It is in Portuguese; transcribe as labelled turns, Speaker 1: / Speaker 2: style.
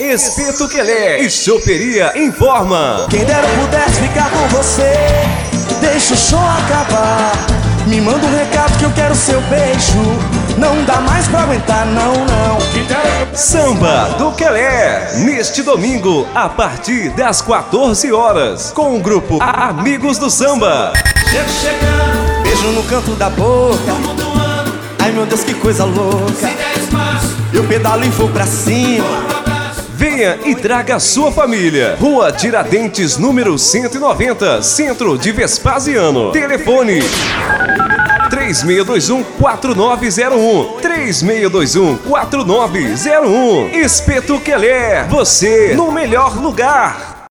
Speaker 1: Espeto Quelé e Choperia informa.
Speaker 2: Quem dera eu pudesse ficar com você. Deixa o show acabar. Me manda um recado que eu quero seu beijo. Não dá mais pra aguentar, não, não. Quem dera eu
Speaker 1: Samba do Quelé, neste domingo, a partir das 14 horas, com o grupo A- Amigos do Samba.
Speaker 2: Chego chegando, beijo no canto da boca. Ai meu Deus, que coisa louca. Eu pedalo e vou pra cima.
Speaker 1: Venha e traga a sua família. Rua Tiradentes, número 190, Centro de Vespasiano. Telefone 3621-4901. 3621-4901. Espeto Quelé, você no melhor lugar.